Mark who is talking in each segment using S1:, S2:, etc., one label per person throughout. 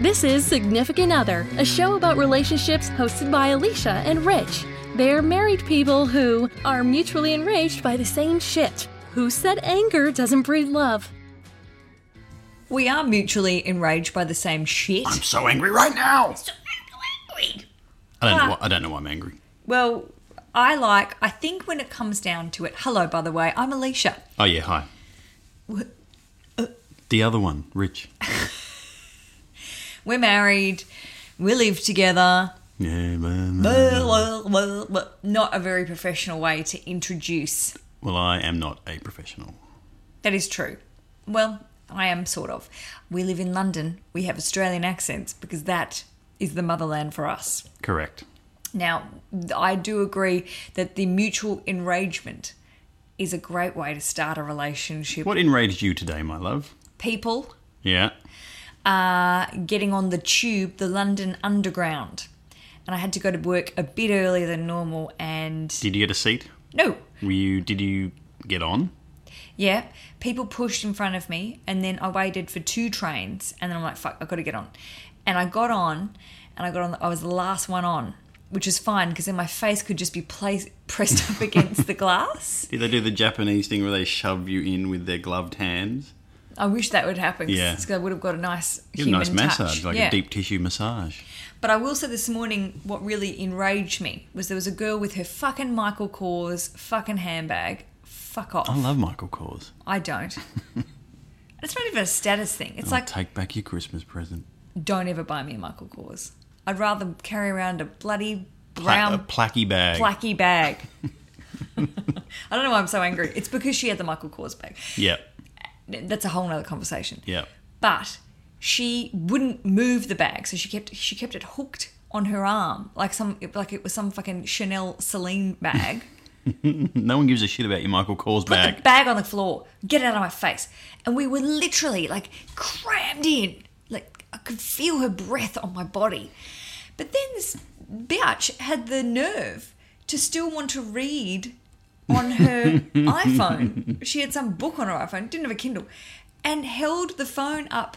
S1: This is Significant Other, a show about relationships hosted by Alicia and Rich. They're married people who are mutually enraged by the same shit. Who said anger doesn't breed love?
S2: We are mutually enraged by the same shit.
S3: I'm so angry right now. I
S2: Ah.
S3: don't know. Why, I don't know why I'm angry.
S2: Well, I like, I think when it comes down to it, hello, by the way, I'm Alicia.
S3: Oh yeah, hi.
S2: What?
S3: The other one, Rich.
S2: We're married, we live together.
S3: Yeah, man.
S2: Blah, blah, blah. Not a very professional way to introduce.
S3: Well, I am not a professional.
S2: That is true. Well, I am sort of. We live in London, we have Australian accents because that is the motherland for us.
S3: Correct.
S2: Now, I do agree that the mutual enragement is a great way to start a relationship.
S3: What enraged you today, my love?
S2: People
S3: Yeah.
S2: uh, getting on the tube, the London Underground. And I had to go to work a bit earlier than normal and
S3: Did you get a seat?
S2: no,
S3: Were you? Did you get on?
S2: yeah, people pushed in front of me and then I waited for two trains and then I'm like, fuck, I've got to get on. And I got on and I got on, I was the last one on, which is fine because then my face could just be placed, pressed up against the glass.
S3: Did they do the Japanese thing where they shove you in with their gloved hands?
S2: I wish that would happen
S3: Yeah.
S2: because I would have got a nice
S3: Give a
S2: human
S3: nice
S2: touch.
S3: massage, like
S2: Yeah.
S3: a deep tissue massage.
S2: But I will say this morning, what really enraged me was there was a girl with her fucking Michael Kors fucking handbag. Fuck off.
S3: I love Michael Kors.
S2: I don't. it's not even a status thing. It's
S3: Like,
S2: like,
S3: take back your Christmas present.
S2: don't ever buy me a Michael Kors. I'd rather carry around a bloody
S3: Pla- a
S2: brown
S3: placky bag.
S2: placky bag. I don't know why I'm so angry. It's because she had the Michael Kors bag.
S3: Yeah.
S2: That's a whole nother conversation.
S3: Yeah.
S2: but she wouldn't move the bag, so she kept she kept it hooked on her arm, like some like it was some fucking Chanel Celine bag.
S3: No one gives a shit about your Michael Kors
S2: Put
S3: bag.
S2: the bag on the floor. Get it out of my face. And we were literally like crammed in. Like I could feel her breath on my body. But then this bitch had the nerve to still want to read on her iPhone. She had some book on her iPhone, didn't have a Kindle, and held the phone up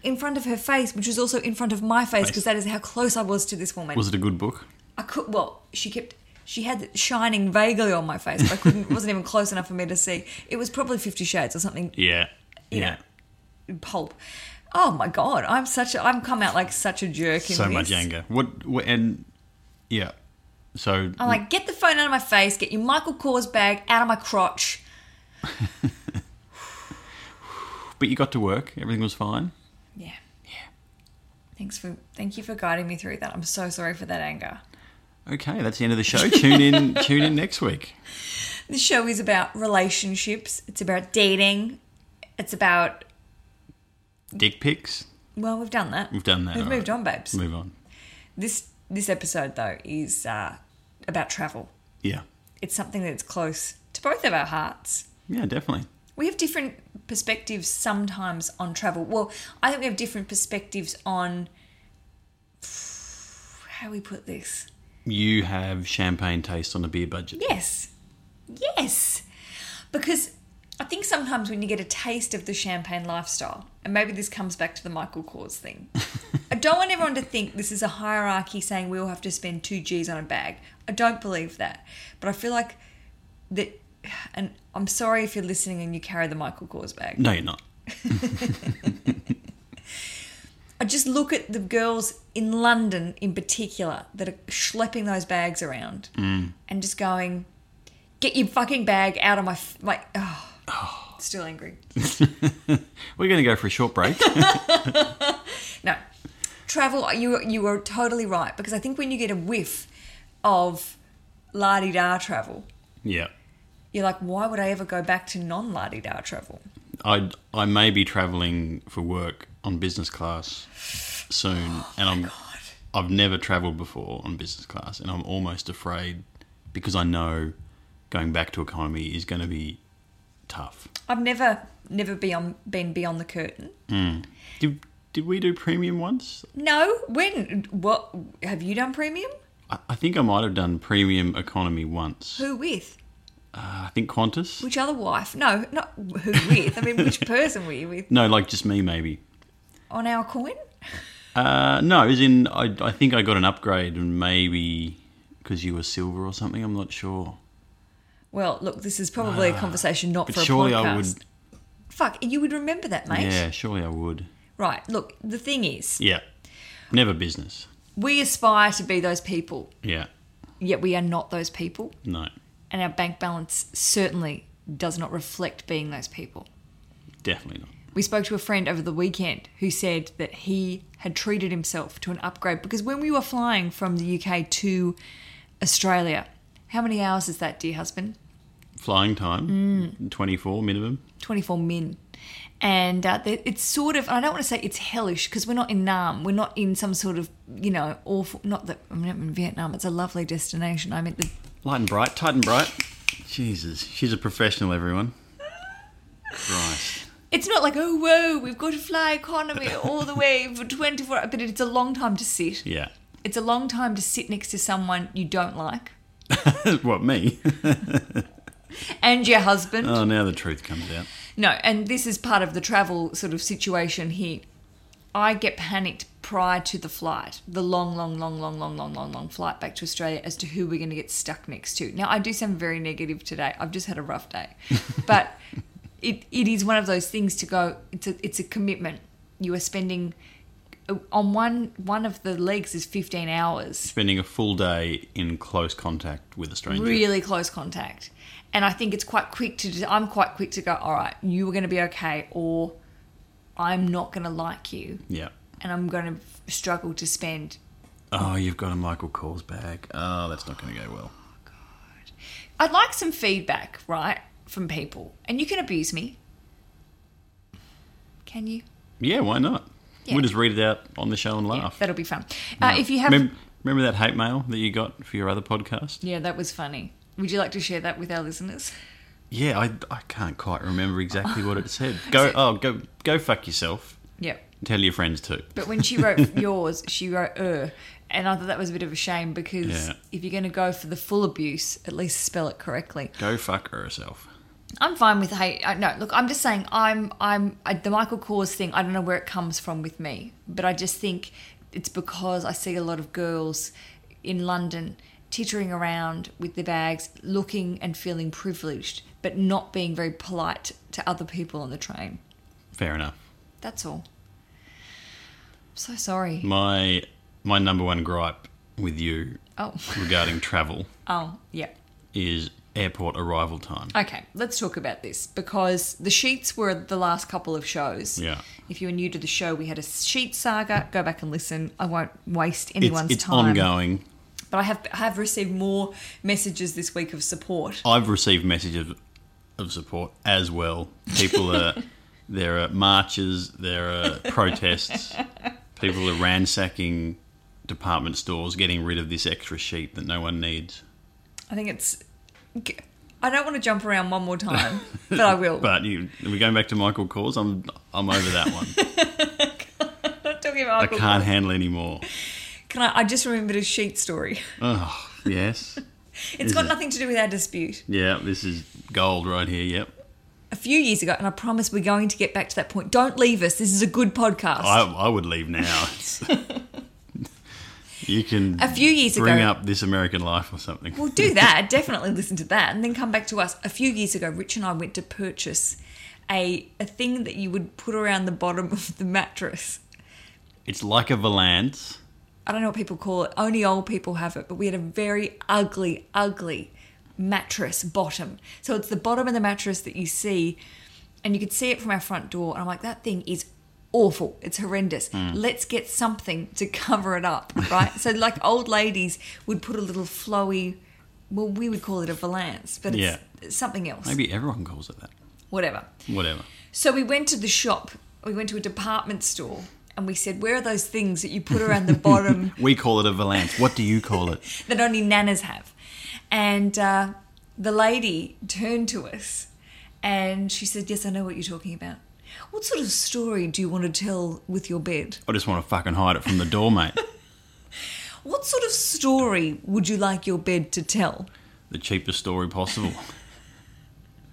S2: in front of her face, which was also in front of my face because that is how close I was to this woman.
S3: Was it a good book?
S2: I could. Well, she kept. She had it shining vaguely on my face, but I couldn't. it wasn't even close enough for me to see. It was probably Fifty Shades or something
S3: Yeah.
S2: Yeah. pulp. Oh my god! I'm such. A, I'm come out like such a jerk. In
S3: So
S2: this.
S3: much anger. What, what? And yeah. So
S2: I'm like, get the phone out of my face. Get your Michael Kors bag out of my crotch.
S3: But you got to work. Everything was fine.
S2: Yeah. Yeah. Thanks for. Thank you for guiding me through that. I'm so sorry for that anger.
S3: Okay, that's the end of the show. tune in. Tune in next week.
S2: This show is about relationships. It's about dating. It's about.
S3: Dick pics.
S2: Well, we've done that.
S3: We've done that.
S2: We've
S3: all
S2: moved
S3: right.
S2: on, babes.
S3: Move on.
S2: This this episode though is uh, about travel.
S3: Yeah.
S2: It's something that's close to both of our hearts.
S3: Yeah, definitely.
S2: We have different perspectives sometimes on travel. Well, I think we have different perspectives on how we put this.
S3: You have champagne taste on a beer budget.
S2: Yes. Yes. Because I think sometimes when you get a taste of the champagne lifestyle, and maybe this comes back to the Michael Kors thing, I don't want everyone to think this is a hierarchy saying we all have to spend two G's on a bag. I don't believe that. But I feel like that, and I'm sorry if you're listening and you carry the Michael Kors bag.
S3: No, you're not.
S2: I just look at the girls in London in particular that are schlepping those bags around and just going, get your fucking bag out of my. F- my oh, Still angry.
S3: We're going to go for a short break.
S2: No. Travel, you, you were totally right because I think when you get a whiff of la di da travel,
S3: yeah.
S2: you're like, why would I ever go back to non la di da travel?
S3: I I may be traveling for work on business class soon,
S2: Oh
S3: and I'm I've never travelled before on business class, and I'm almost afraid because I know going back to economy is going to be tough.
S2: I've never, never beyond, been beyond the curtain.
S3: Did did we do premium once?
S2: No, when? What? Have you done premium?
S3: I, I think I might have done premium economy once. Uh,
S2: Who with?
S3: I think Qantas.
S2: Which other wife? No, not who with. I mean, which person were you with?
S3: No, like just me maybe.
S2: On our coin?
S3: Uh, no, as in, I, I think I got an upgrade and maybe because you were silver or something. I'm not sure.
S2: Well, look, this is probably a conversation not
S3: Ah, But
S2: for a
S3: surely
S2: podcast.
S3: I would.
S2: Fuck, you would remember that, mate.
S3: Yeah, surely I would.
S2: Right. Look, the thing is,
S3: Yeah. Never business.
S2: we aspire to be those people,
S3: Yeah.
S2: yet we are not those people,
S3: No.
S2: and our bank balance certainly does not reflect being those people.
S3: Definitely not.
S2: We spoke to a friend over the weekend who said that he had treated himself to an upgrade because when we were flying from the UK to Australia, how many hours is that, dear husband?
S3: Flying time,
S2: Mm.
S3: 24 minimum.
S2: 24 min. And uh, th- it's sort of, I don't want to say it's hellish because we're not in Nam. We're not in some sort of, you know, awful, not that I'm not in Vietnam. It's a lovely destination. I mean, the,
S3: Light and bright, tight and bright. Jesus. She's a professional, everyone. Christ.
S2: it's not like, oh, whoa, we've got to fly economy all the way for 24 But it's a long time to sit.
S3: Yeah.
S2: It's a long time to sit next to someone you don't like
S3: what, me?
S2: and your husband.
S3: oh, now the truth comes out.
S2: No, and this is part of the travel sort of situation here. I get panicked prior to the flight, the long, long, long, long, long, long, long, long flight back to Australia as to who we're going to get stuck next to. Now, I do sound very negative today. I've just had a rough day. But it, it is one of those things to go, it's a, it's a commitment. You are spending uh, on one one of the legs is 15 hours
S3: Spending a full day in close contact with a stranger.
S2: really close contact. And I think it's quite quick to, I'm quite quick to go, all right, you were going to be okay, or I'm not going to like you,
S3: Yeah.
S2: and I'm going to struggle to spend.
S3: Oh, you've got a Michael Kors bag. Oh, that's not going to go well.
S2: I'd like some feedback, right, from people. And you can abuse me. Can you?
S3: Yeah, why not?
S2: Yeah.
S3: We'll just read it out on the show and
S2: Yeah,
S3: laugh.
S2: that'll be fun. Uh, if you have.
S3: remember, remember that hate mail that you got for your other podcast?
S2: yeah, that was funny. Would you like to share that with our listeners?
S3: Yeah, I, I can't quite remember exactly what it said. Go oh go go fuck yourself.
S2: Yep.
S3: Tell your friends too.
S2: But when she wrote yours, she wrote er. And I thought that was a bit of a shame because
S3: Yeah.
S2: if you're going to go for the full abuse, at least spell it correctly.
S3: Go fuck herself.
S2: I'm fine with hate. uh, No, look, I'm just saying I'm I'm I, the Michael Kors thing. I don't know where it comes from with me, but I just think it's because I see a lot of girls in London tittering around with their bags, looking and feeling privileged, but not being very polite to other people on the train.
S3: Fair enough.
S2: That's all. I'm so sorry.
S3: My my number one gripe with you
S2: Oh,
S3: regarding travel
S2: oh, yeah.
S3: is airport arrival time.
S2: Okay, let's talk about this because the sheets were the last couple of shows.
S3: Yeah.
S2: If you were new to the show, we had a sheet saga. Go back and listen. I won't waste
S3: It's,
S2: anyone's
S3: it's
S2: time.
S3: ongoing.
S2: But I have I have received more messages this week of support.
S3: I've received messages of support as well. People are there are marches, there are protests. People are ransacking department stores, getting rid of this extra sheet that no one needs.
S2: I think it's. I don't want to jump around one more time, but I will.
S3: But you, are we going back to Michael Kors? I'm I'm over that one.
S2: Not talking
S3: I
S2: about alcohol.
S3: can't handle any more.
S2: Can I? I just remembered a sheet story.
S3: Oh yes,
S2: It's got
S3: it?
S2: nothing to do with our dispute.
S3: yeah. This is gold right here. Yep.
S2: A few years ago, and I promise we're going to get back to that point. Don't leave us. This is a good podcast.
S3: I I would leave now. you can
S2: a few years
S3: bring
S2: ago,
S3: up this American life or something.
S2: Well, do that. Definitely listen to that, and then come back to us. A few years ago, Rich and I went to purchase a a thing that you would put around the bottom of the mattress.
S3: It's like a valance.
S2: I don't know what people call it. Only old people have it, but we had a very ugly, ugly mattress bottom. So it's the bottom of the mattress that you see, and you could see it from our front door. And I'm like, that thing is awful. It's horrendous. Let's get something to cover it up, right? so like old ladies would put a little flowy. Well, we would call it a valance, but it's something else.
S3: Maybe everyone calls it that.
S2: Whatever.
S3: Whatever.
S2: So we went to the shop. We went to a department store, and we said, "Where are those things that you put around the bottom
S3: We call it a valance. What do you call it?
S2: that only nanas have. And uh, the lady turned to us and she said, Yes, I know what you're talking about. What sort of story do you want to tell with your bed?
S3: I just want to fucking hide it from the door, mate.
S2: What sort of story would you like your bed to tell?
S3: The cheapest story possible.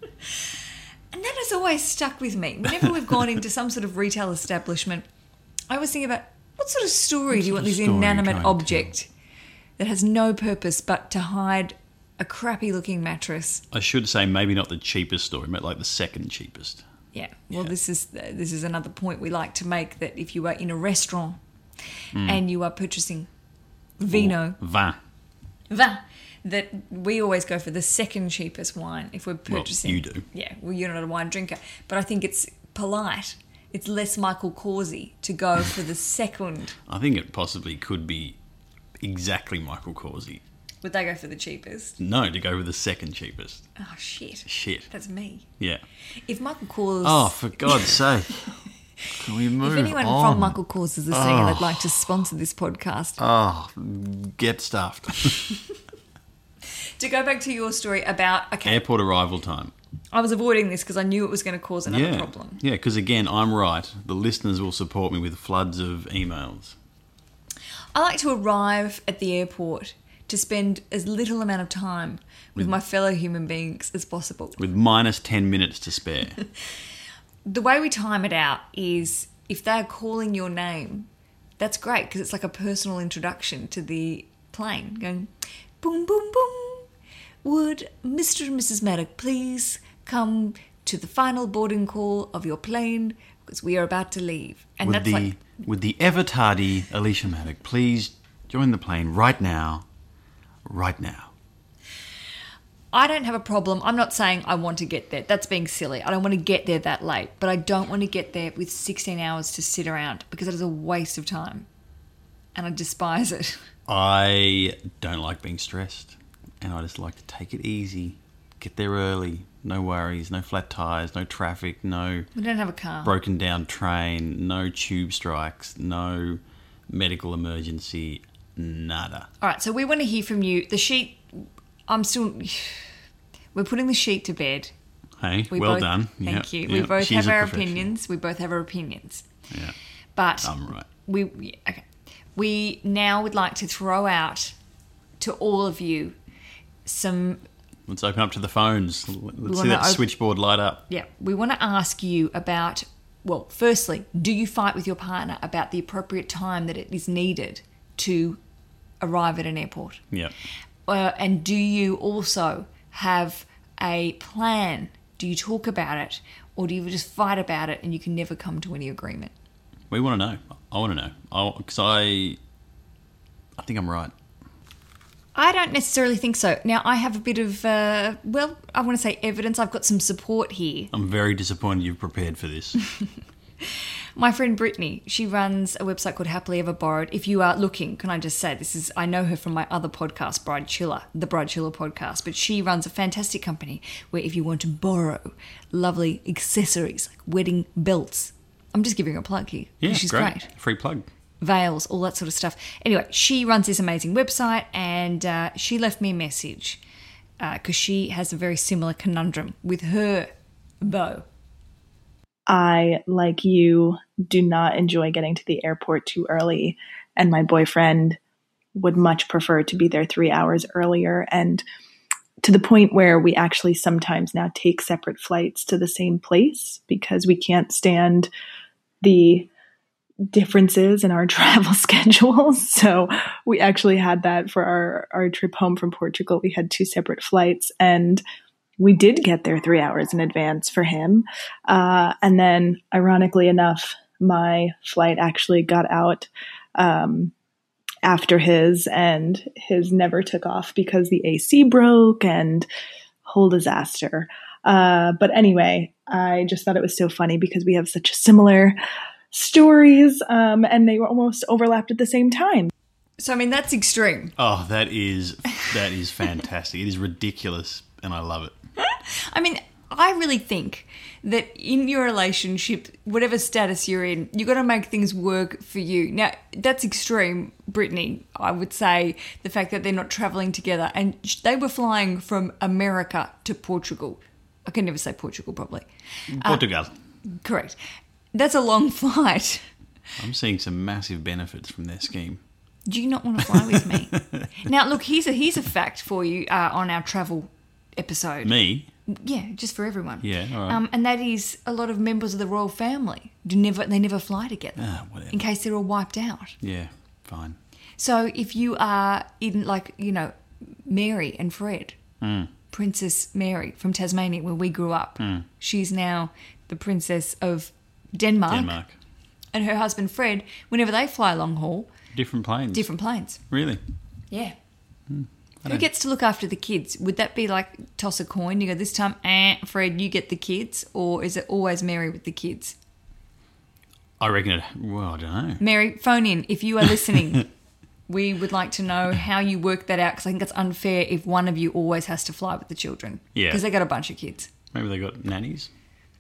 S2: And that has always stuck with me. Whenever we've gone into some sort of retail establishment, I always think about What sort of story do you want
S3: sort of
S2: this
S3: story are you
S2: inanimate
S3: trying to
S2: object that has no purpose but to hide a crappy looking mattress?
S3: I should say maybe not the cheapest story, but like the second cheapest.
S2: Yeah. Well, this is this is another point we like to make that if you are in a restaurant
S3: Hmm.
S2: and you are purchasing vino,
S3: Vin.
S2: vin, that we always go for the second cheapest wine if we're
S3: Well,
S2: purchasing.
S3: you do.
S2: Yeah, well, you're not a wine drinker, but I think it's polite. It's less Michael Causey to go for the second.
S3: I think it possibly could be exactly Michael Causey.
S2: Would they go for the cheapest?
S3: No, to go with the second cheapest.
S2: Oh shit!
S3: Shit.
S2: That's me.
S3: Yeah.
S2: If Michael Kors,
S3: Oh, for God's sake. Can we move
S2: if anyone
S3: on?
S2: from Michael Kors is listening and they'd like to sponsor this podcast,
S3: Oh, get stuffed.
S2: to go back to your story about okay,
S3: Airport arrival time.
S2: I was avoiding this because I knew it was going to cause another
S3: yeah.
S2: problem.
S3: Yeah, because again, I'm right. The listeners will support me with floods of emails.
S2: I like to arrive at the airport to spend as little amount of time
S3: Mm.
S2: with my fellow human beings as possible.
S3: with minus 10 minutes to spare.
S2: The way we time it out is if they're calling your name, that's great because it's like a personal introduction to the plane going boom, boom, boom. Would Mr. and Mrs. Maddock please come to the final boarding call of your plane because we are about to leave? And
S3: would
S2: that's
S3: the
S2: like
S3: would the ever tardy Alicia Maddock please join the plane right now? Right now.
S2: I don't have a problem. I'm not saying I want to get there. That's being silly. I don't want to get there that late, but I don't want to get there with 16 hours to sit around because that is a waste of time. And I despise it.
S3: I don't like being stressed and I just like to take it easy. Get there early. No worries, no flat tires, no traffic, no
S2: We don't have a car.
S3: broken down train, no tube strikes, no medical emergency, nada.
S2: All right, so we want to hear from you. The sheet, I'm still. We're putting the sheet to bed.
S3: Hey,
S2: We
S3: well
S2: both,
S3: done.
S2: Thank
S3: Yep,
S2: you. We
S3: yep.
S2: both
S3: She's
S2: have
S3: a
S2: our
S3: professional. Um,
S2: opinions. We both have our opinions.
S3: Yeah,
S2: But
S3: I'm right.
S2: we yeah, okay. We now would like to throw out to all of you some
S3: Let's open up to the phones. Let's see
S2: wanna
S3: that
S2: op-
S3: switchboard light up.
S2: Yeah, we want to ask you about well, firstly, do you fight with your partner about the appropriate time that it is needed to arrive at an airport?
S3: Yeah.
S2: Uh, and do you also have a plan? Do you talk about it or do you just fight about it and you can never come to any agreement?
S3: We want to know. I want to know. Because I, I think I'm right.
S2: I don't necessarily think so. Now, I have a bit of, uh, well, I want to say evidence. I've got some support here.
S3: I'm very disappointed you've prepared for this.
S2: My friend Brittany, she runs a website called Happily Ever Borrowed. If you are looking, can I just say this is I know her from my other podcast, Bride Chiller, the Bride Chiller podcast, but she runs a fantastic company where if you want to borrow lovely accessories like wedding belts, I'm just giving her a plug here.
S3: Yeah,
S2: she's
S3: great.
S2: great
S3: Free plug.
S2: veils, all that sort of stuff. Anyway, she runs this amazing website and uh, she left me a message because she has a very similar conundrum with her bow.
S4: I, like you, do not enjoy getting to the airport too early, and my boyfriend would much prefer to be there three hours earlier. And to the point where we actually sometimes now take separate flights to the same place because we can't stand the differences in our travel schedules. So we actually had that for our, our trip home from Portugal. We had two separate flights, and we did get there three hours in advance for him. Uh, and then, ironically enough, my flight actually got out um, after his, and his never took off because the AC broke and whole disaster. Uh, but anyway, I just thought it was so funny because we have such similar stories, um, and they were almost overlapped at the same time.
S2: So, I mean, that's extreme.
S3: Oh, that is that is fantastic. it is ridiculous, and I love it.
S2: I mean, I really think that in your relationship, whatever status you're in, you got to make things work for you. Now, that's extreme, Brittany. I would say the fact that they're not traveling together and sh- they were flying from America to Portugal. I can never say Portugal, probably.
S3: Portugal.
S2: Correct. That's a long flight.
S3: I'm seeing some massive benefits from their scheme.
S2: Do you not want to fly with me? now, look, here's a here's a fact for you uh, on our travel episode.
S3: Me,
S2: Yeah, just for everyone.
S3: Yeah, all right.
S2: Um, and that is a lot of members of the royal family do never they never fly together
S3: Ah, whatever.
S2: in case they're all wiped out.
S3: Yeah, fine.
S2: So if you are in like you know Mary and Fred,
S3: Hmm.
S2: Princess Mary from Tasmania where we grew up, she's now the princess of Denmark,
S3: Denmark.
S2: and her husband Fred. Whenever they fly long haul,
S3: Different planes.
S2: different planes.
S3: Really?
S2: Yeah. Who
S3: don't-
S2: gets to look after the kids? Would that be like toss a coin? You go this time, eh, Fred, you get the kids, or is it always Mary with the kids?
S3: I reckon it. Well, I don't know.
S2: Mary, phone in if you are listening. we would like to know how you work that out because I think it's unfair if one of you always has to fly with the children.
S3: Yeah.
S2: because they got a bunch of kids.
S3: Maybe they got nannies.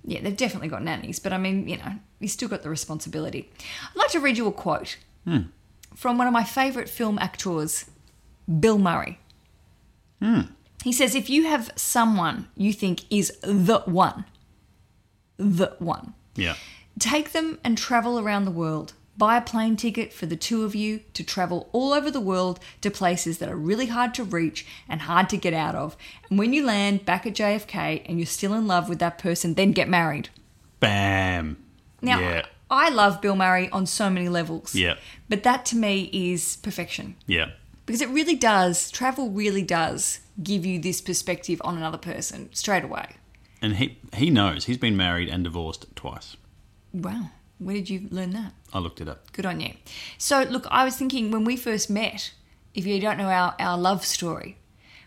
S2: Yeah, they've definitely got nannies, but I mean, you know, you still got the responsibility. I'd like to read you a quote from one of my favourite film actors, Bill Murray. He says, If you have someone you think is the one, the one,
S3: Yeah.
S2: take them and travel around the world. Buy a plane ticket for the two of you to travel all over the world to places that are really hard to reach and hard to get out of. And when you land back at JFK and you're still in love with that person, then get married.
S3: Bam.
S2: Now,
S3: Yeah.
S2: I love Bill Murray on so many levels.
S3: Yeah.
S2: But that to me is perfection
S3: Yeah.
S2: because it really does, travel really does give you this perspective on another person straight away.
S3: And he he knows he's been married and divorced twice.
S2: Wow. Where did you learn that?
S3: I looked it up.
S2: Good on you. So, look, I was thinking when we first met, if you don't know our, our love story,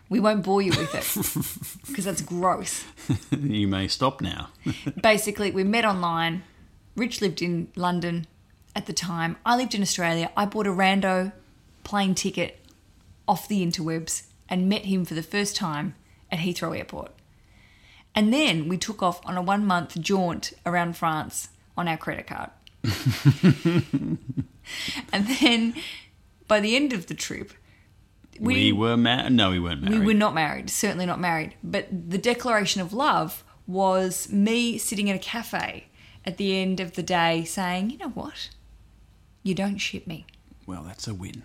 S2: we won't bore you with it because that's gross.
S3: you may stop now.
S2: Basically, we met online. Rich lived in London at the time. I lived in Australia. I bought a rando plane ticket off the interwebs and met him for the first time at Heathrow Airport. And then we took off on a one month jaunt around France on our credit card. and then by the end of the trip,
S3: We, were married. No, we weren't married.
S2: we were not married, certainly not married. But the declaration of love was me sitting in a cafe at the end of the day saying, you know what? You don't ship me.
S3: Well, that's a win.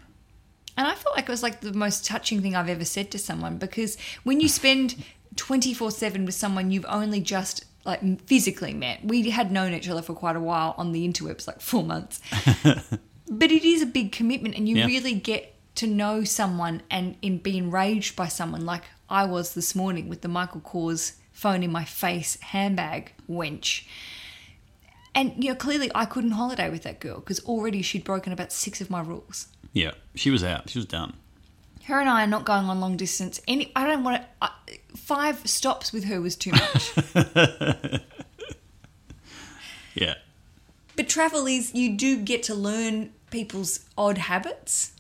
S2: And I felt like it was like the most touching thing I've ever said to someone because when you spend 24 7 with someone you've only just like physically met, we had known each other for quite a while on the interwebs, like four months. but it is a big commitment and you
S3: Yeah.
S2: really get to know someone and in be enraged by someone like I was this morning with the Michael Kors phone in my face handbag wench. And you know, clearly I couldn't holiday with that girl because already she'd broken about six of my rules.
S3: Yeah. She was out. She was done.
S2: Her and I are not going on long distance. Any, I don't want to. I, five stops with her was too much.
S3: Yeah.
S2: but travel is you do get to learn people's odd habits.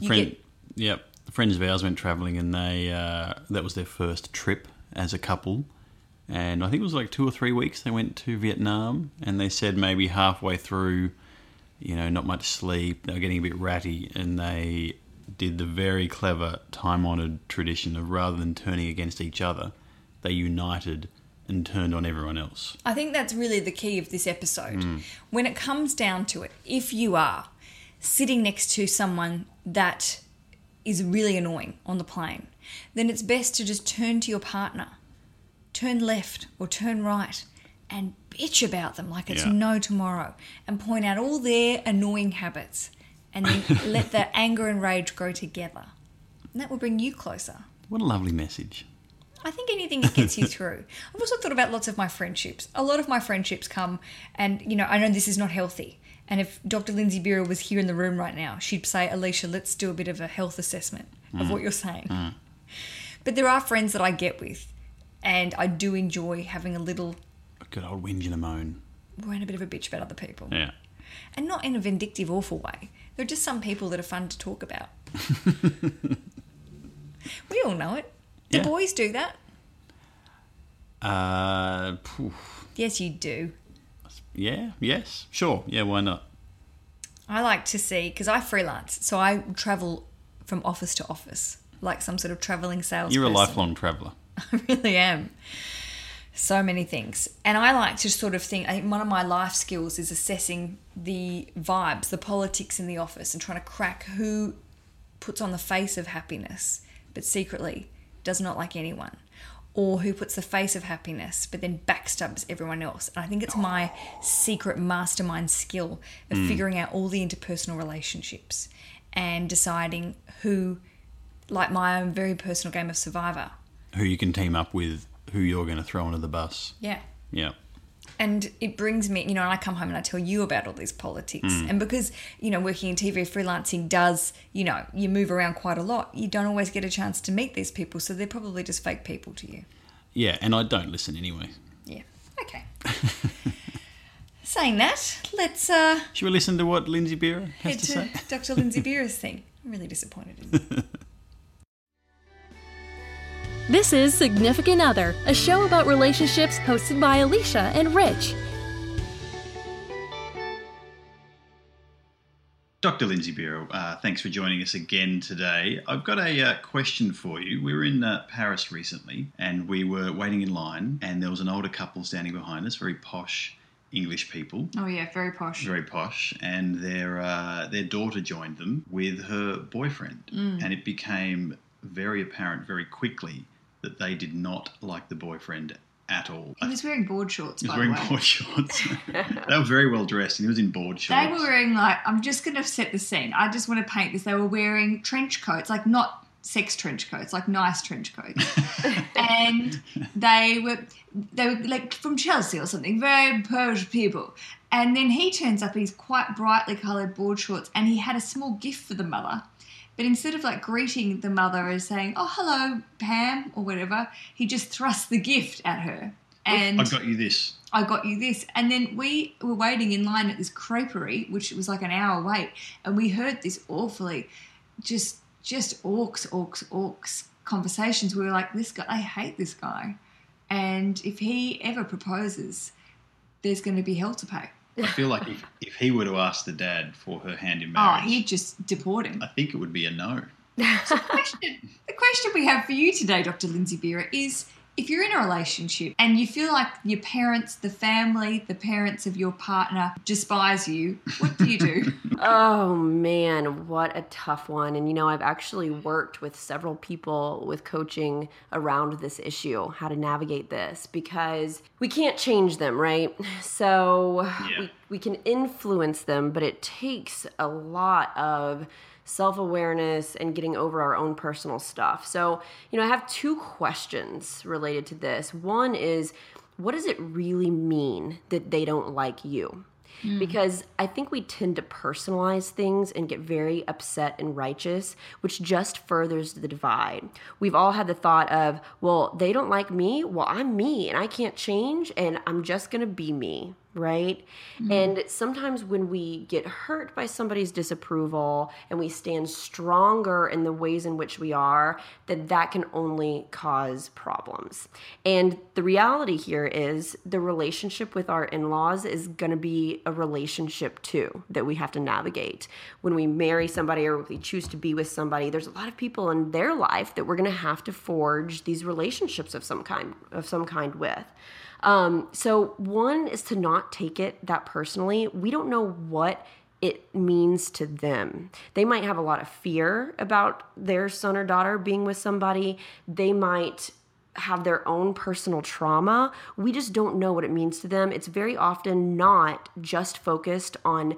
S2: You
S3: Friend.
S2: get
S3: Yep. Friends of ours went travelling, and they uh, that was their first trip as a couple. And I think it was like two or three weeks. They went to Vietnam, and they said maybe halfway through, you know, not much sleep. They were getting a bit ratty, and they did the very clever, time-honoured tradition of rather than turning against each other, they united and turned on everyone else.
S2: I think that's really the key of this episode. When it comes down to it, if you are sitting next to someone that is really annoying on the plane, then it's best to just turn to your partner, turn left or turn right, and bitch about them like it's
S3: Yeah.
S2: no tomorrow and point out all their annoying habits and then let the anger and rage grow together. And that will bring you closer.
S3: What a lovely message!
S2: I think anything that gets you through. I've also thought about lots of my friendships. A lot of my friendships come, and you know, I know this is not healthy. And if Dr. Lindsay Bureau was here in the room right now, she'd say, Alicia, let's do a bit of a health assessment of what you're saying. But there are friends that I get with, and I do enjoy having a little,
S3: A good old whinge and a moan.
S2: we're in a bit of a bitch about other people.
S3: Yeah.
S2: And not in a vindictive, awful way. There are just some people that are fun to talk about. we all know it. The
S3: Yeah.
S2: boys do that.
S3: Uh, poof.
S2: Yes, you do.
S3: yeah. Yes. Sure. Yeah. Why not?
S2: I like to see because I freelance, so I travel from office to office, like some sort of traveling salesperson.
S3: You're a lifelong traveller.
S2: I really am. So many things, and I like to sort of think. I think one of my life skills is assessing the vibes, the politics in the office, and trying to crack who puts on the face of happiness, but secretly does not like anyone,
S5: or who puts the face of happiness but then backstabs everyone else. And I think it's my secret mastermind skill of figuring out all the interpersonal relationships and deciding who, like my own very personal game of survivor.
S3: Who you can team up with, who you're going to throw under the bus.
S5: Yeah.
S3: Yeah.
S5: And it brings me, you know, and I come home and I tell you about all these politics.
S3: Mm.
S5: And because, you know, working in TV freelancing does, you know, you move around quite a lot, you don't always get a chance to meet these people. So they're probably just fake people to you.
S3: Yeah, and I don't listen anyway.
S5: Yeah. Okay. Saying that, let's uh,
S3: Should we listen to what Lindsay Beer has
S5: head
S3: to
S5: to
S3: say?
S5: Dr. Lindsay Beer's thing. I'm really disappointed in you.
S1: This is Significant Other, a show about relationships hosted by Alicia and Rich.
S3: Dr. Lindsay Bureau, uh, thanks for joining us again today. I've got a uh, question for you. We were in uh, Paris recently and we were waiting in line, and there was an older couple standing behind us, very posh English people,
S5: Oh, yeah, very posh.
S3: very posh, and their, uh, their daughter joined them with her boyfriend. And it became very apparent very quickly that they did not like the boyfriend at all.
S2: He was wearing board shorts,
S3: He was
S2: by
S3: wearing
S2: the way.
S3: board shorts. they were very well dressed, and he was in board shorts.
S2: They were wearing like I'm just going to set the scene. I just want to paint this. They were wearing trench coats, like not sex trench coats, like nice trench coats, and they were they were like from Chelsea or something, very posh people. And then he turns up in his quite brightly coloured board shorts, and he had a small gift for the mother. But instead of like greeting the mother as saying, "Oh, hello, Pam" or whatever, he just thrust the gift at her. And
S3: I got you this.
S2: I got you this. And then we were waiting in line at this creperie, which was like an hour wait, and we heard this awfully, just just orcs, orcs, orcs conversations. We were like, this guy, I hate this guy, and if he ever proposes, there's going to be hell to pay.
S3: I feel like if, if he were to ask the dad for her hand in
S2: Oh,
S3: marriage,
S2: he'd just deport him.
S3: I think it would be a no.
S2: question- the question we have for you today, Dr. Lindsay Beera, is if you're in a relationship and you feel like your parents, the family, the parents of your partner despise you, what do you do?
S6: Oh man, what a tough one. And you know, I've actually worked with several people with coaching around this issue, how to navigate this, because we can't change them, right? So we, we can influence them, but it takes a lot of self awareness and getting over our own personal stuff. So, you know, I have two questions related to this. One is, what does it really mean that they don't like you? because I think we tend to personalize things and get very upset and righteous, which just furthers the divide. We've all had the thought of, well, they don't like me. Well, I'm me and I can't change and I'm just going to be me, right? And sometimes when we get hurt by somebody's disapproval and we stand stronger in the ways in which we are, then that can only cause problems. And the reality here is the relationship with our in laws is going to be a relationship too that we have to navigate. When we marry somebody or we choose to be with somebody, there's a lot of people in their life that we're going to have to forge these relationships of some kind of some kind with. Um, so one is to not take it that personally. We don't know what it means to them. They might have a lot of fear about their son or daughter being with somebody. They might have their own personal trauma. We just don't know what it means to them. It's very often not just focused on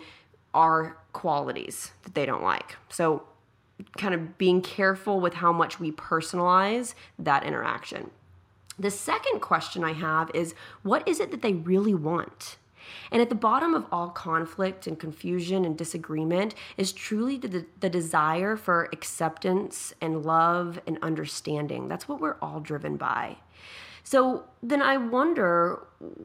S6: our qualities that they don't like. So kind of being careful with how much we personalize that interaction. The second question I have is what is it that they really want? And at the bottom of all conflict and confusion and disagreement is truly the, the desire for acceptance and love and understanding. That's what we're all driven by. So then I wonder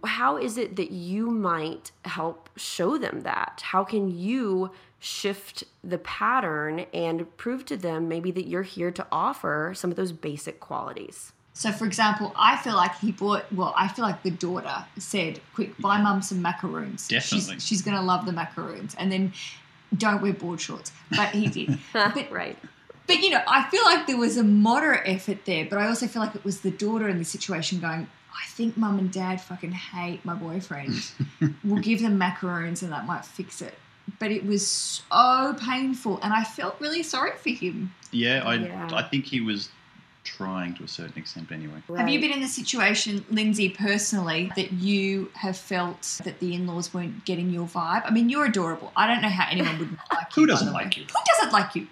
S6: how is it that you might help show them that? How can you shift the pattern and prove to them maybe that you're here to offer some of those basic qualities?
S2: So, for example, I feel like he bought. Well, I feel like the daughter said, "Quick, buy mum some macaroons.
S3: Definitely.
S2: she's, she's going to love the macaroons." And then, don't wear board shorts. But he did. but,
S6: right.
S2: but you know, I feel like there was a moderate effort there. But I also feel like it was the daughter in this situation going, "I think mum and dad fucking hate my boyfriend. we'll give them macaroons, and that might fix it." But it was so painful, and I felt really sorry for him.
S3: Yeah, I
S6: Yeah.
S3: I think he was
S7: trying to a certain extent, but anyway.
S2: Have you been in the situation, Lindsay, personally, that you have felt that the in-laws weren't getting your vibe? I mean, you're adorable. I don't know how anyone would not like you.
S3: Who
S2: by
S3: doesn't
S2: the way.
S3: like you?
S2: Who doesn't like you?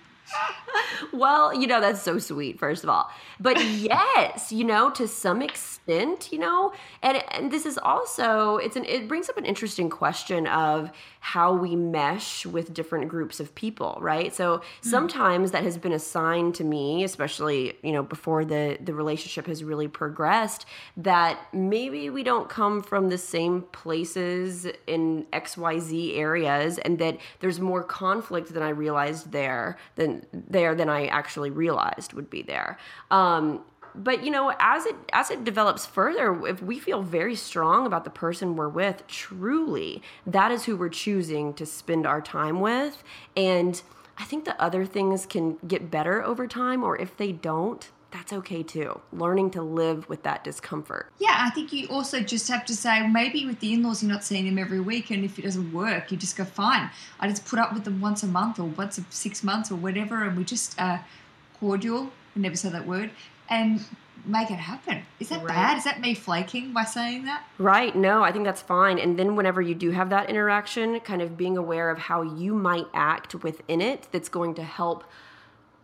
S6: Well, you know, that's so sweet, first of all. But yes, you know, to some extent, you know, and, and this is also, it's an, it brings up an interesting question of how we mesh with different groups of people, right? So sometimes that has been a sign to me, especially, you know, before the, the relationship has really progressed, that maybe we don't come from the same places in XYZ areas and that there's more conflict than I realized there than there than I actually realized would be there. Um, but you know, as it as it develops further, if we feel very strong about the person we're with, truly, that is who we're choosing to spend our time with. And I think the other things can get better over time, or if they don't, that's okay too. Learning to live with that discomfort.
S2: Yeah, I think you also just have to say maybe with the in-laws you're not seeing them every week, and if it doesn't work, you just go fine. I just put up with them once a month or once a six months or whatever, and we just uh, cordial. I never say that word, and make it happen. Is that bad? Is that me flaking by saying that?
S6: Right. No, I think that's fine. And then whenever you do have that interaction, kind of being aware of how you might act within it, that's going to help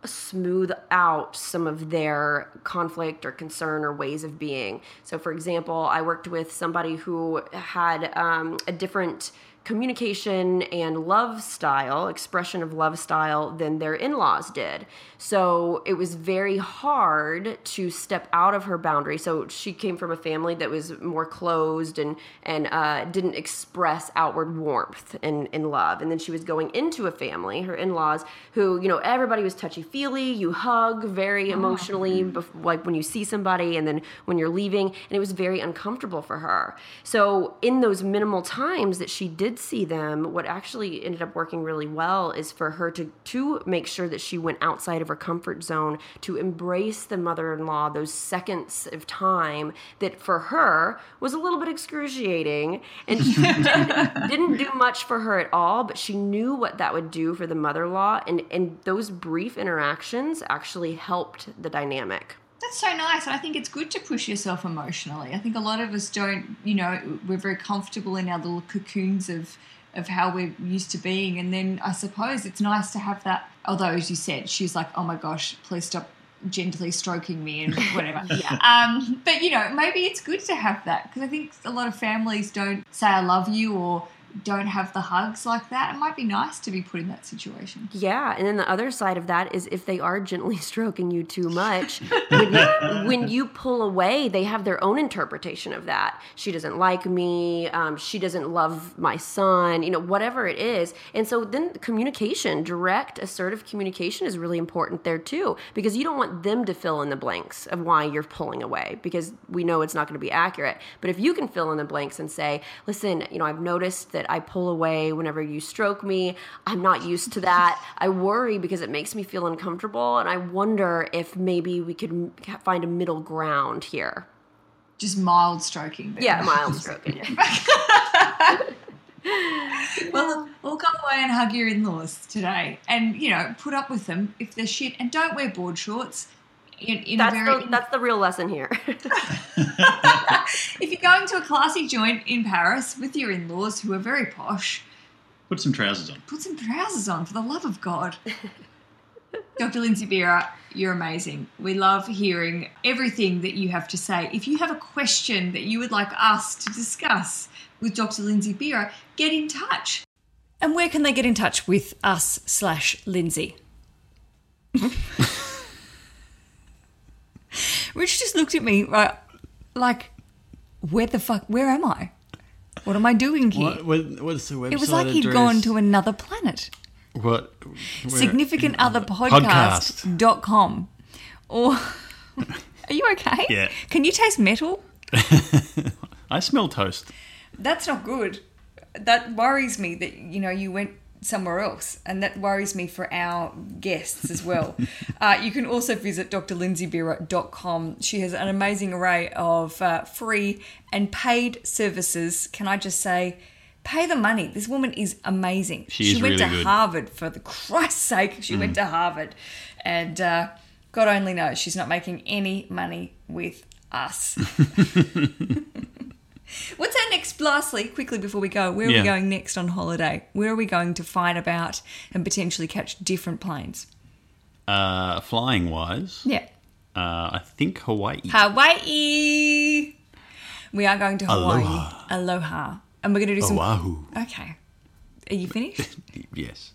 S6: smooth out some of their conflict or concern or ways of being. So, for example, I worked with somebody who had um, a different communication and love style, expression of love style, than their in laws did. So it was very hard to step out of her boundary. So she came from a family that was more closed and, and uh, didn't express outward warmth and, and love. And then she was going into a family, her in laws, who, you know, everybody was touchy feely, you hug very emotionally, bef- like when you see somebody and then when you're leaving. And it was very uncomfortable for her. So in those minimal times that she did see them, what actually ended up working really well is for her to to make sure that she went outside of her comfort zone to embrace the mother-in-law those seconds of time that for her was a little bit excruciating and she didn't, didn't do much for her at all but she knew what that would do for the mother-in-law and and those brief interactions actually helped the dynamic
S2: That's so nice. And I think it's good to push yourself emotionally. I think a lot of us don't, you know, we're very comfortable in our little cocoons of of how we're used to being. And then I suppose it's nice to have that. Although, as you said, she's like, oh my gosh, please stop gently stroking me and whatever. yeah. Um, but, you know, maybe it's good to have that because I think a lot of families don't say, I love you or don't have the hugs like that. It might be nice to be put in that situation.
S6: Yeah, and then the other side of that is if they are gently stroking you too much, when you, when you pull away, they have their own interpretation of that. She doesn't like me. Um, she doesn't love my son. You know, whatever it is. And so then communication, direct, assertive communication is really important there too, because you don't want them to fill in the blanks of why you're pulling away, because we know it's not going to be accurate. But if you can fill in the blanks and say, listen, you know, I've noticed that I pull away whenever you stroke me. I'm not used to that. I worry because it makes me feel uncomfortable. And I wonder if maybe we could m- find a middle ground here.
S2: Just mild stroking. but-
S6: Yeah, mild stroking.
S2: Well, we'll go away and hug your in laws today and, you know, put up with them if they're shit and don't wear board shorts. In, in
S6: That's
S2: a very,
S6: the, that's the real lesson here.
S2: if you're going to a classy joint in Paris with your in laws who are very posh,
S3: Put some trousers on.
S2: put some trousers on for the love of God. Dr. Lindsay Vera, you're amazing. We love hearing everything that you have to say. If you have a question that you would like us to discuss with Dr. Lindsay Vera, get in touch.
S8: And where can they get in touch with us slash Lindsay? Rich just looked at me right, like, where the fuck, where am I? What am I doing here?
S3: What, what, what's the website
S8: It was like he had
S3: address?
S8: gone to another planet.
S3: What? where-
S8: Significant other
S3: Podcast.
S8: podcast.com. Or, are you okay?
S3: Yeah.
S8: Can you taste metal?
S3: I smell toast.
S8: That's not good. That worries me that, you know, you went somewhere else. And that worries me for our guests as well. uh, you can also visit drlindsaybira.com. She has an amazing array of uh, free and paid services. Can I just say, pay the money. This woman is amazing.
S3: She is
S8: went
S3: really
S8: to
S3: good. Mm.
S8: Harvard, for the Christ's sake. She went to Harvard. And, uh,
S2: God only knows she's not making any money with us. What's our next? Lastly, quickly before we go, where are
S3: Yeah.
S2: we going next on holiday? Where are we going to fight about and potentially catch different planes?
S3: Uh, flying wise,
S2: Yeah.
S3: uh, I think Hawaii.
S2: Hawaii. We are going to Hawaii.
S3: Aloha.
S2: Aloha. And we're going to do some.
S3: Oahu.
S2: Okay. Are you finished?
S3: Yes.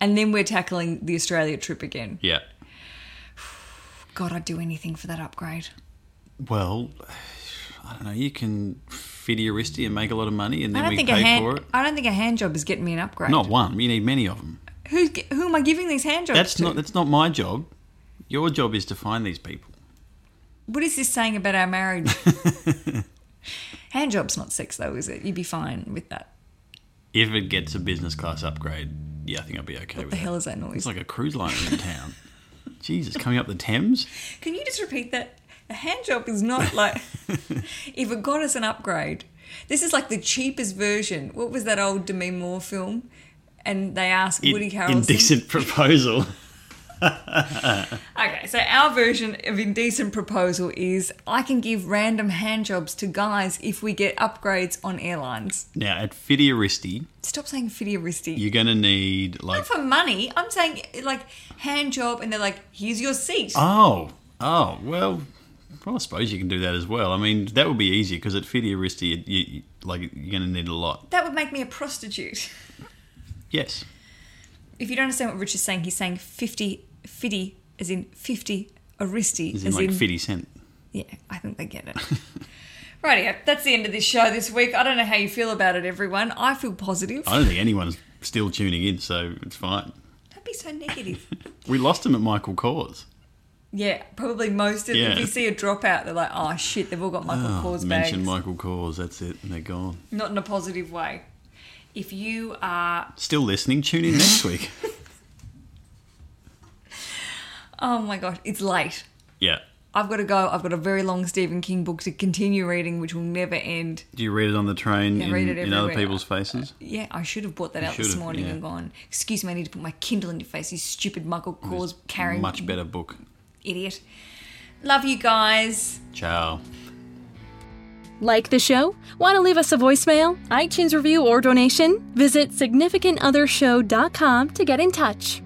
S2: and then we're tackling the Australia trip again.
S3: Yeah.
S2: God, I'd do anything for that upgrade.
S3: Well, I don't know. You can fit a wristy and make a lot of money, and
S2: I
S3: then
S2: don't
S3: we
S2: think
S3: pay
S2: a hand.
S3: for it.
S2: I don't think a hand job is getting me an upgrade.
S3: Not one. You need many of them.
S2: Who's, ge- who am I giving these hand jobs
S3: That's
S2: to?
S3: not. That's not my job. Your job is to find these people.
S2: What is this saying about our marriage? hand job's not sex, though, is it? You'd be fine with that.
S3: If it gets a business class upgrade, yeah, I think I'll be okay
S2: What
S3: with
S2: the
S3: it.
S2: hell is that noise?
S3: It's like a cruise liner in town. Jesus, coming up the Thames.
S2: Can you just repeat that? A hand job is not like if it got us an upgrade. This is like the cheapest version. What was that old Demi Moore film? And they asked Woody
S3: In-
S2: Harrelson.
S3: Indecent proposal.
S2: Okay, so our version of indecent proposal is I can give random hand jobs to guys if we get upgrades on airlines.
S3: now at Fidiaristi,
S2: Stop saying fidiaristi.
S3: you're gonna need like
S2: Not for money. I'm saying like hand job, and they're like, here's your seat.
S3: Oh, oh, well, well, I suppose you can do that as well. I mean, that would be easier because at Fidiaristi, you, you, like, you're going to need a lot.
S2: that would make me a prostitute.
S3: Yes.
S2: If you don't understand what Rich is saying, he's saying 50 fiddy as in 50 aristi
S3: As in, like, 50 cent.
S2: Yeah, I think they get it. Rightio, that's the end of this show this week. I don't know how you feel about it, everyone. I feel positive.
S3: I don't think anyone's still tuning in, so it's fine.
S2: Don't be so negative.
S3: We lost him at Michael Kors.
S2: yeah, probably most of
S3: Yeah. Ah,
S2: If you see a dropout, they're like, oh shit, they've all got Michael Kors bags.
S3: Oh, Mention Michael Kors, that's it, and they're gone.
S2: Not in a positive way. If you are
S3: Still listening, tune in next week.
S2: Oh my gosh, it's late.
S3: Yeah.
S2: I've got to go. I've got a very long Stephen King book to continue reading, which will never end.
S3: Do you read it on the train
S2: Yeah,
S3: in,
S2: read it
S3: in other
S2: everywhere.
S3: people's faces?
S2: Yeah, I should have brought that out this
S3: should've,
S2: morning
S3: yeah.
S2: and gone, excuse me, I need to put my Kindle in your face, you stupid Michael Kors carrying
S3: Much better book.
S2: idiot. Love you guys.
S3: Ciao.
S1: Like the show? Want to leave us a voicemail, iTunes review, or donation? Visit significantothershow.com to get in touch.